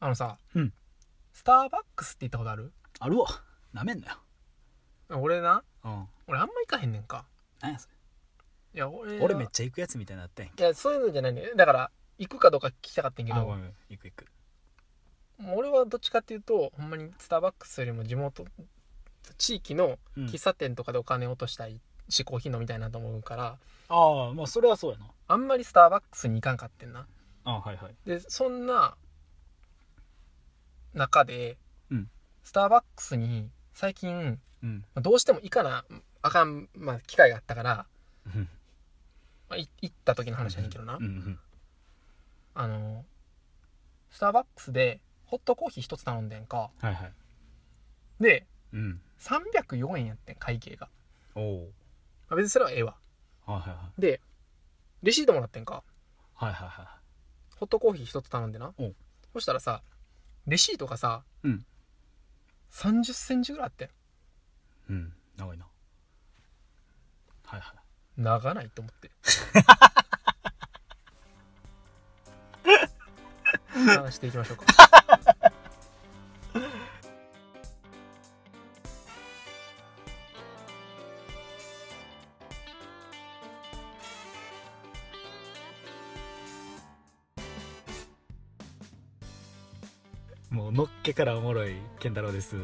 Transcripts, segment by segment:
あのさ、うんスターバックスって言ったことあるあるわなめんなよ俺なうん俺あんま行かへんねんか何やそいや俺れは俺めっちゃ行くやつみたいになってんけいやそういうのじゃないねだから行くかどうか聞きたかったんやけあどごめん行く行くもう俺はどっちかっていうとほんまにスターバックスよりも地元地域のうん喫茶店とかでお金落としたいしコーヒー飲みたいなと思うからああまあそれはそうやなあんまりスターバックスに行かんかってんなあはいはいでそんな中で、うんスターバックスに最近うんまあどうしても行かなあかん、まあ、機会があったから、うんまあ、い行った時の話やねんけどな、うんうんあのスターバックスでホットコーヒー一つ頼んでんかはいはいでうん304円やってん会計が、おおまあ、別にそれはええわはいはいはいでレシートもらってんかはいはいはホットコーヒー一つ頼んでなおうそしたらさレシートがさ、うん30センチぐらいあっていうん長いなはいはいん長ないと思って 話していきましょうかもうのっけからおもろい健太郎ですよ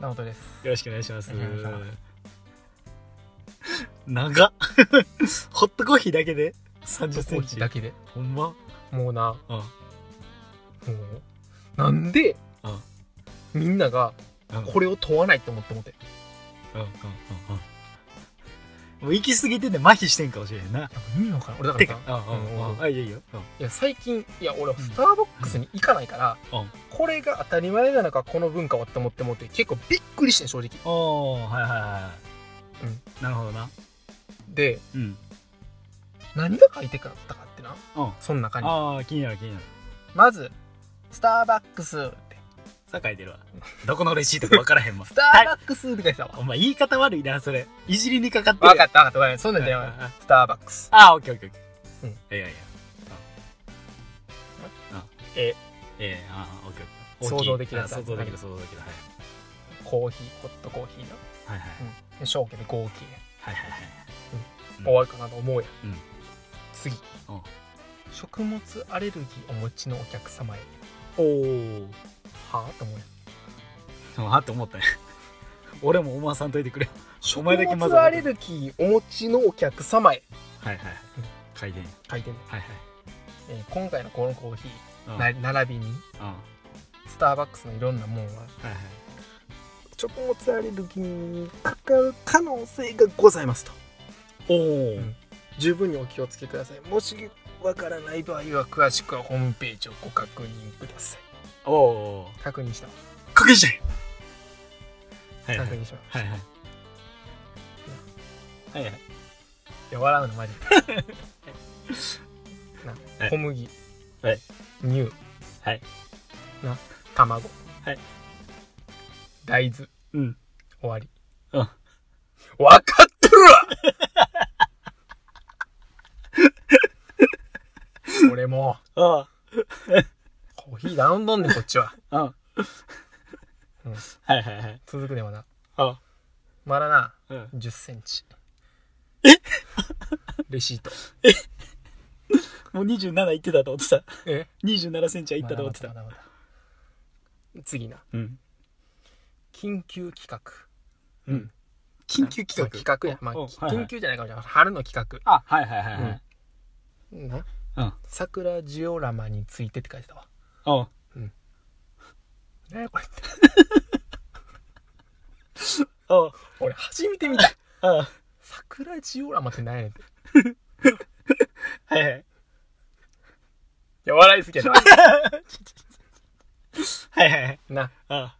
直人ですろしくお願いしますお願いしま 長っ ホットコーヒーだけで3ホットコ0ーンヒチーだけでほんまもうなうんもうなんでうんみんながうんこれを問わないと思って思ってうんうんうんうんもう行き過ぎてね麻痺してんかもしれへんななんか意味わからん俺だかてらかさうんうんうんあいいよいいようんいや最近いや俺スターバックスに行かないから、うんこれが当たり前なのかこの文化はって思って思って結構びっくりしてん正直おーはいはいはいうなるほどなでうん何が書いてあったかってなうんその中にああ気になる気になるまずスターバックスってさ書いてるわどこのレシートか分からへんもんスターはいバックスって書いてたわ、お前言い方悪いなそれいじりにかかって分かっった分かったごめんそんなんじゃないあスターバックスあーオッケーオッケーオうんッケーいやいやえええああオッケーオッケー想像できるやつあ想像できる想像できるはいコーヒーホットコーヒーのはいはいで正家で合計はいはいはいうん終わるかなと思うや、うん次うん食物アレルギーお持ちのお客様へおおはあと思うやんあって思ったね俺もお前さんといてくれお食前だけまず物アレルギーお持ちのお客様へはいはいはいうん回転書いてんねん、はいはいえー今回のこのコーヒうー、んはない並びにスターバックスのいろんなもんははい食物アレルギーにかかる可能性がございますとおおうん十分にお気をつけくださいもしわからない場合は詳しくはホームページをご確認くださいおお確認した確認してはいはい確認しました、はいはいはいはいいや笑うのマジ でなはい小麦、はい乳、はいな卵、はい大豆うん終わりうん分かっとる わ俺もあうコーヒー頼んどんねんこっちはあうんうんはいはいはい続くねまだあまだなうん1 0ンチえレシートもう27いってたと思ってたえ27センチはいったと思ってまただまだまだまだ次なうん緊急企画うん緊急企画企画や、まあ、うんきはいはい緊急じゃないかもしれない春の企画あはいはいはいはいなうん桜ジオラマについてって書いてたわおねこれっておう俺初めて見たあ 桜ジオラマって何やねんっていはいはいや笑いすぎ やなはいはいはいなあ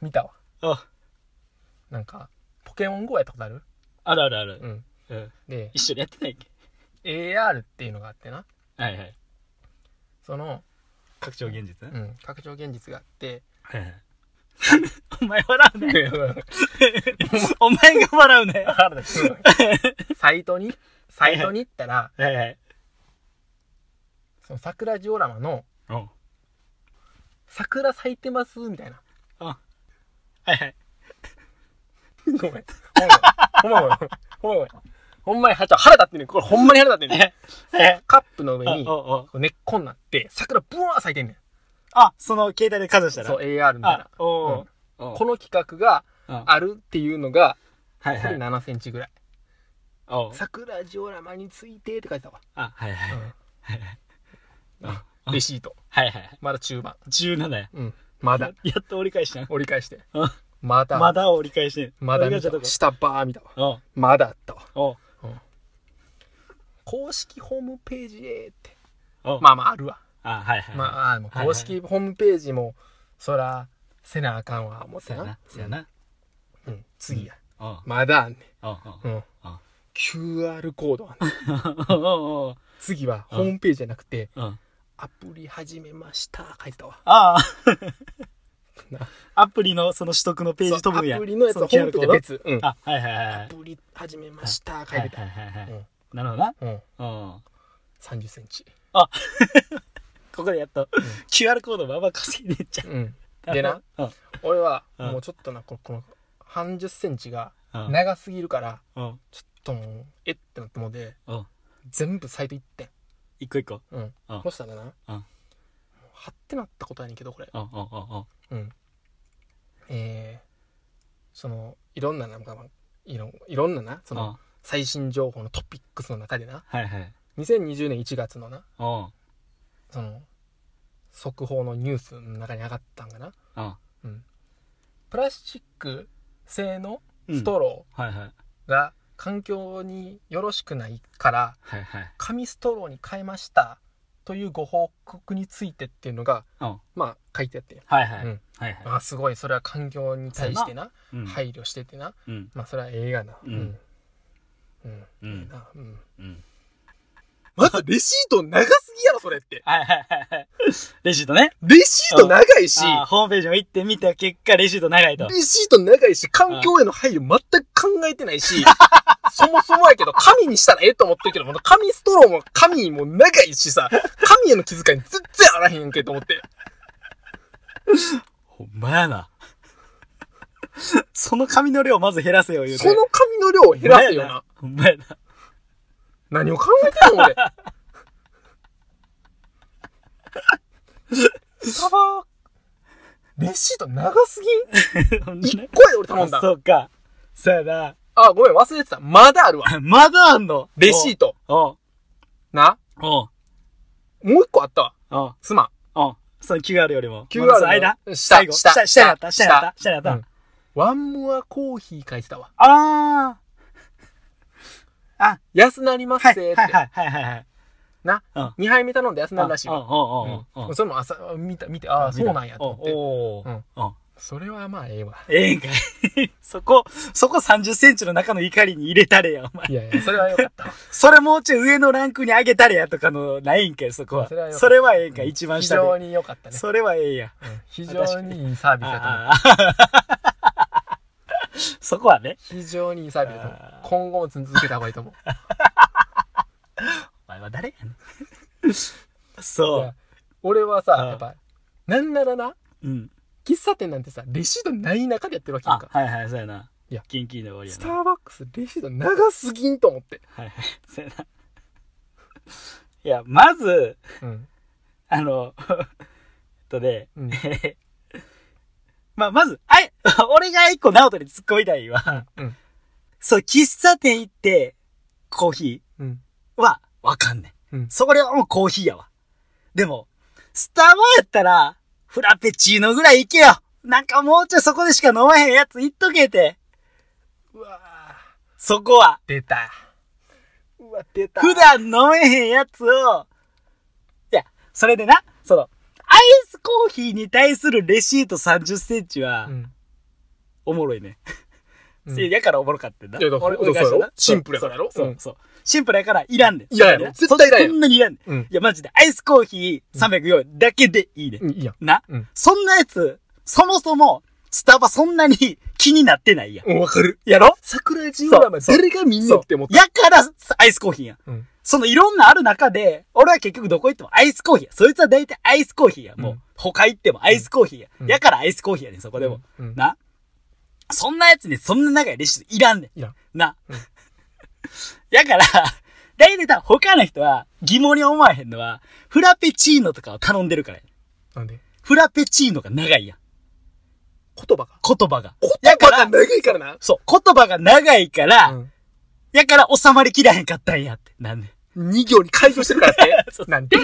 見たわおなんかポケモン GO やったことあるあるあるあるうんうんで一緒にやってないっけ AR っていうのがあってなはいはいその、拡張現実うねん、拡張現実があ ってはいはい お前笑うねお前が笑うねサイトにサイトに行ったらはいはいその桜ジオラマのお桜咲いてますみたいな。はいはい。ごめん。ほんまごめん。ほんまごめん。ほんまに腹立腹立ってね。これほんまに腹立ってね。えカップの上あにおうおうこう根っこになって、桜ブワー咲いてんねあ、その携帯で数したん。ら。そう、AR みたいあな、。おーおー。この企画がうんあるっていうのが、はいこはれい。 7センチぐらい。おう桜ジオラマについてって書いてたわ。あ、はいはい。うんレシート。はいはい。まだ中盤。 17や。うん。まだや。っと折り返したん。折り返して。うんまだ。ま。だ折り返してん。まだ折り見た返したとわ。こ。下バー見たわ。おうまだあったわ。おう公式ホームページへって。おうまあまああるわ。あ、はいはい。まああの、はいはい公式ホームページも、そら、せなあかんわ、思っそてやなな。。そやな。うん、次や。おうまだあんねおうおん。ううん。おう QR コードあん ねんおうおう次は、うんホームページじゃなくて、おううんアプリ始めました、書いてたわ。ああ。 なアプリのその取得のページ飛ぶんや。そうアプリのやつはホームページは別。うん。あ、はいはいはいはアい。プリ始めました、書はていいたは。いはいはうんい。なるほどな。うん。うん。 30センチ。あここでやっと QR コードばば稼いでっちゃうん。う。でな。うん。俺は、うんもうちょっとな、ここの、30センチがうん。長すぎるから、うん。ちょっともう、えってなってもうで、うん。全部サイト行ってん。一個一個。うんうん。そしたらな、もうん。うはってなったことやねんけど、これ。うんうんうんうん。えー、その、いろんな、なんか、いろんいろんなな、そうん。の、最新情報のトピックスの中でな、はいはい。 2020年1月のな、うん。その、速報のニュースの中に上がったんかな。うん。うん。プラスチック製のスートロはいはい。ーが環境によろしくないから、はいはい。紙ストローに変えましたというご報告についてっていうのが、うん。まあ書いてあって、はいはい。うんはいはい。まあすごいそれは環境に対してなうん。配慮しててなうん。まあそれはええがなうんうんうええん。なうんうん。まずレシート長すぎやろそれってはいはいはいはい。レシートね。レシート長いしあーホームページも行ってみた結果、レシート長いと。レシート長いし環境への配慮全く考えてない しそもそもやけど紙にしたらええと思ってるけどもう紙ストローも紙も長いしさ紙への気遣い全然あらへんけと思ってほんまやな。その紙の量をまず減らせよ、言うて。その紙の量を減らせよなほんまやな。何を考えてん の俺サバレシート長すぎほんん ?1 まや個やで俺頼んあだそうか。そうやな。あごめん忘れてたまだある わまだあんのレシートト。なおう。もう1個あったわおう。おう。すまんおう。その QR よりも。 QR まあその間の最後下下、下になった。下になった。下になっうん。たワンモアコーヒー書いてたわああ。あ、安なりますはせい。ーはいって、はいはいはいはい。な、うん2杯目頼んで安なるらしいうんうわんうんうんうん。それも朝見た見てああそうなんやと思っておーうんそれはまあええわええんかい。 そこ、そこ30センチの中の怒りに入れたれや、お前。いやいやそれはよか ったわそれもうちょい上のランクに上げたれやとかの、ないんかい、そこはそれはよ。かったそれはええんかい、一番非下常で。に良かったねそれはええや。うん非常にいいサービスだと思うあああ そこはね。非常にいいサービスだとあ思う今後も続けた方がいいと思うお前は誰やね ん。いそや俺はさあやっぱなんならなう。うん。喫茶店なんてさレシートない中でやってるわけやんあ、かはいはい、そうやな。いやキンキンで終わりやスな。ターバックスレシート長すぎんと思ってはいはい、 そうやな。いや、まず、うんあの、 えっとね、 うんまあ、まず、あい、 俺が一個直人に突っ込みたいわ。うんそう、喫茶店行って、コーヒうんーは、わかんねん。うんそこではもうコーヒーやわ。でも、スタバやったら、フラペチーノぐらい行けよ。なんかもうちょいそこでしか飲まへんやつ行っとけて。うわそこは。出たうわ出た普段飲めへんやつを、いや、それでな、その、アイスコーヒーに対するレシート30センチはう、んおもろいね。うんせやからおもろかってんな。いやだからそうからしたらなそうやろシンプルやからやろそううそうんそう。シンプルやから、いらんねん。いやいやそれでな絶対いらんやんそんなにいらんねうんん。いや、マジで、アイスコーヒー304だけでいいねん。うんいいやんなうん。そんなやつ、そもそも、スタバそんなに気になってないやん。うんわかるやろ桜ジオラマそう誰が見んねんって思ったやから、アイスコーヒーやん。うんそのいろんなある中で、俺は結局どこ行ってもアイスコーヒーや。そいつは大体アイスコーヒーや。もう、うん他行ってもアイスコーヒーや。うんやからアイスコーヒーやねん、そこでも。うんな。そんなやつにそんな長いレシピいらんねん。いらんな。うん やから、大体多分他の人は疑問に思わへんのは、フラペチーノとかを頼んでるからや。なんでフラペチーノが長いやん。言葉が。言葉が。言葉がやから長いからな。そう、言葉が長いから、うんやから収まりきらへんかったんやって。なんで。二行に改造してるからってそう。なん で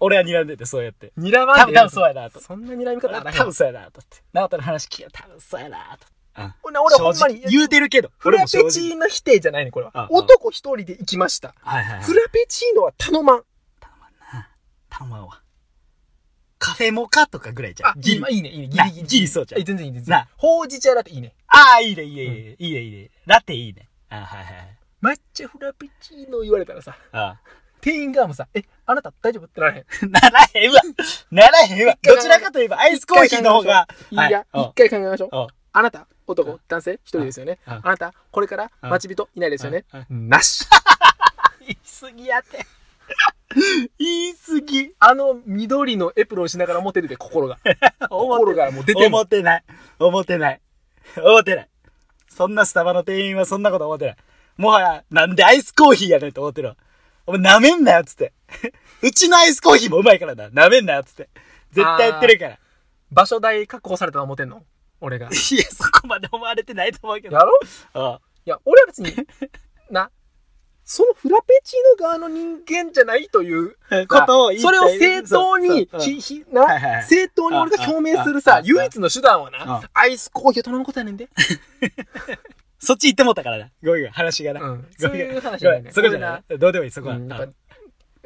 俺は睨んでて、そうやって。睨まんで多分、多分そうやなと。そんな睨み方あらへん多分そうやなとって。直人の話聞け多分そうやなと。うんほな俺ほんまに正直言うてるけど。フラペチ俺も正直ーノ否定じゃないね、これあはあ。男一人で行きました。はいはいはい。フラペチーノは頼まん。たまんわ。カフェモカとかぐらいじゃあん。、ギリ。ギまあいいね、いいね。ギなリギリ。ギリそうじゃんえ全然いいですな。ほうじ茶ラテいいね。ああ、いいね、いいね、いいね、いいね、いいね。ラテいいね。あはいはいはい。抹茶フラペチーノ言われたらさ、あ店員側もさ、え、あなた大丈夫ってならへん。あ ならへんわ。ならへんわ。一回どちらかといえばアイスコーヒーの方が。いいや、は一回考えましょう。おうあなた、うん男、男性、一人ですよね。うんあなた、これからうん待ち人いないですよねうん。な し。言い過ぎやて。言い過ぎ。あの緑のエプロンしながらモテるで、心 が。心がもう出て思も。ってない。思ってない。思ってない。そんなスタバの店員はそんなこと思ってない。もはや、なんでアイスコーヒーやねんって思ってるわ。お前舐めんなよっつって。うちのアイスコーヒーもうまいからな。舐めんなよっつって。絶対やってるから。い場所代確保されたのモテんの俺が。や、そこまで思われてないと思うけ ど。やろあいや、俺は 別に、な、そのフラペチーノ側の人間じゃないという、あ ことを言いそたれいを正当にそう、そううひ、んひ、な、はいはいはい正当に俺が表明するさう、ん唯一の手段はな、うんアイスコーヒーを頼むことやねんで。そっち行ってもったからな。ごめんごめん、話がな。うんごめんそういう話ごじゃなめんいごめねんそこじゃない。どうでもいい、そこうは。んやっあぱ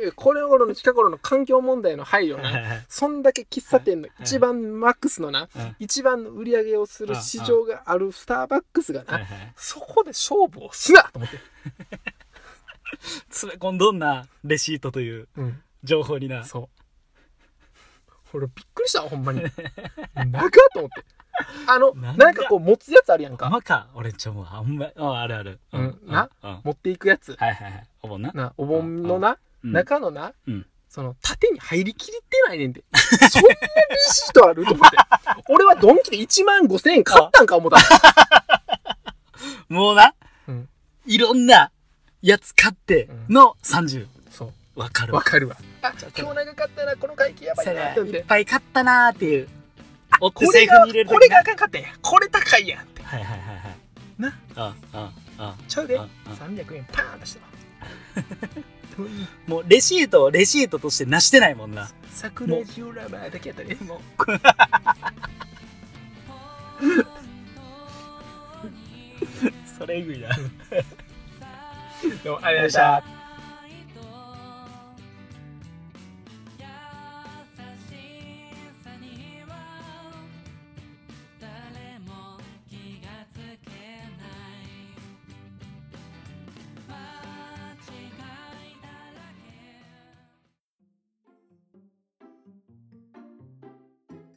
えこれ頃の近頃の環境問題の配慮はいはいはいな、そんだけ喫茶店の一番マックスのなうん、一番の売り上げをする市場があるスターバックスがはいな、はいそこで勝負をすなと思って。詰め込んどんなレシートといううん情報にな。そう。俺びっくりしたわほんま に。長っと思って。あの、なんだなんかこう持つやつあるやんあか。まか、俺んちょもうあんま、うん、あるある。うんなうん。うん持っていくやつ。はいはいはい。お盆な。な、お盆のな、うん、中のな、うんその縦に入りきれてないね んで。そんなレシートあると思って。俺はドンキで1万5千円買ったんか思った。もうな、うんいろんなやつ買っての30。そわかう。るわわ。かるわ。あ、今日長かったな、この会計やばそいれなっはて思っ。いってぱい買ったなーっていう。おってこ財れ布が、に入れることきれがなあかんかったんや。これ高いやんって。はいはいはいはい。な。あああちゃうで。ああ300円パーン出してな。 もうレシートをレシートとしてなしてないもんな。桜ジオラマだけやったね。もう。それえぐいな。どうもありがとうございました。優しさには誰も気がつけない間違いだらけい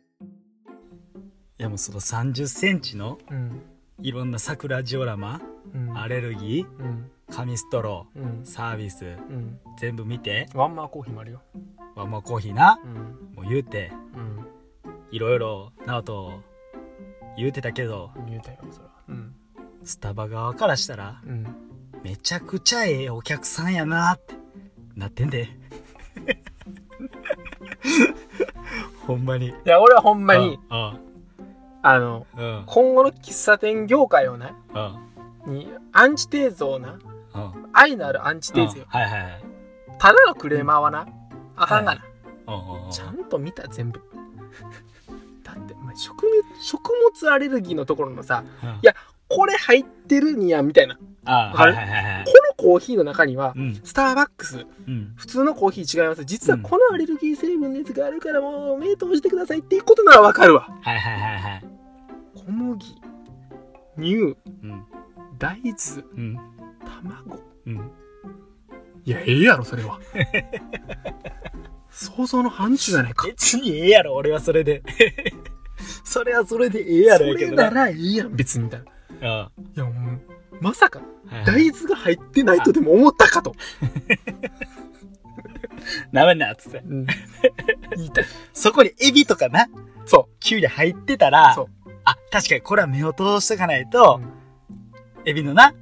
やもうその30センチのうん。いろんな桜ジオラマ、うんアレルギうん。ー、紙ストロうんー、。サービス、うん。全部見て、ワンマーコーヒーもあるよ。ワンモアコーヒーな、うん。もう言うて、うん。いろいろ、ナオト、言うてたけど、言うたよ、それは。うん。スタバ側からしたら、うん。めちゃくちゃええお客さんやなって、なってんで。 ほんまに。いや、俺はほんまに、ああの、あ、うん、今後の喫茶店業界をな、あに、アンチテーゼをな、あ、あ愛のあるアンチテーゼよ。はいはいはい。ただのクレーマーはな、あかんがな。うんうんうんちゃんと見た、全部。 だって、お前食物、食物アレルギーのところのさ、うんいや、これ入ってるにや、みたいな。こああ、わかはいるはいはいはい。のコーヒーの中にはう、ん、スターバックス、うん。普通のコーヒー違います実はうんこのアレルギー成分のやつがあるからもう目通してくださいっていうことならわかるわはいはいはいはい。小麦乳うん、大豆うん、卵うん。いやええやろそれは 想像の範疇やないか別にええやろ、俺はそれで。 それはそれでええやそろやけれどなな。らええやん別にみたいないあやもうまさかはいはい大豆が入ってないとでも思ったかと。なめんなっつって。 言いたい。そこにエビとかな、そキュウリ入ってたらそう、あ、確かにこれは目を通しとかないと、エビのな、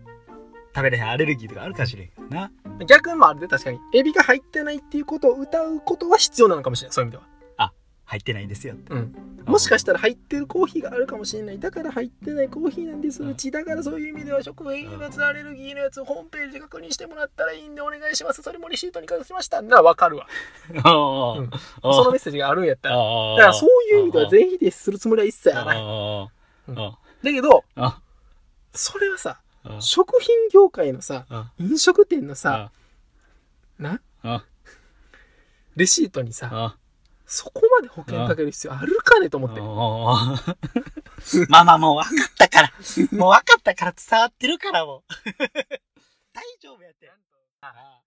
食べれへんアレルギーとかあるかもしれんけどな。う。逆もあるで確かに。エビが入ってないっていうことを歌うことは必要なのかもしれない。そういう意味では。入ってないんですよって。うん。もしかししたら入ってるコーヒーがあるかもしれない。だから入ってないコーヒーなんです。うち。だからそういう意味では食品物アレルギーのやつをホームページで確認してもらったらいいんでお願いします。それもレシートに書きました。ならわかるわ。 たら、おうーんおーそのメッセージがあるんやったら。おーだからそういう意味では全否定するつもりは一切おーない。おーおーおーだけど、おーそれはさ、おー食品業界のさ、あ飲食店のさ、あな、あレシートにさ、 あそこまで保険かける必要あるかねと思って。おーまあまあもう分かった から。 もう分かったから伝わってるからもう。大丈夫やって。ああ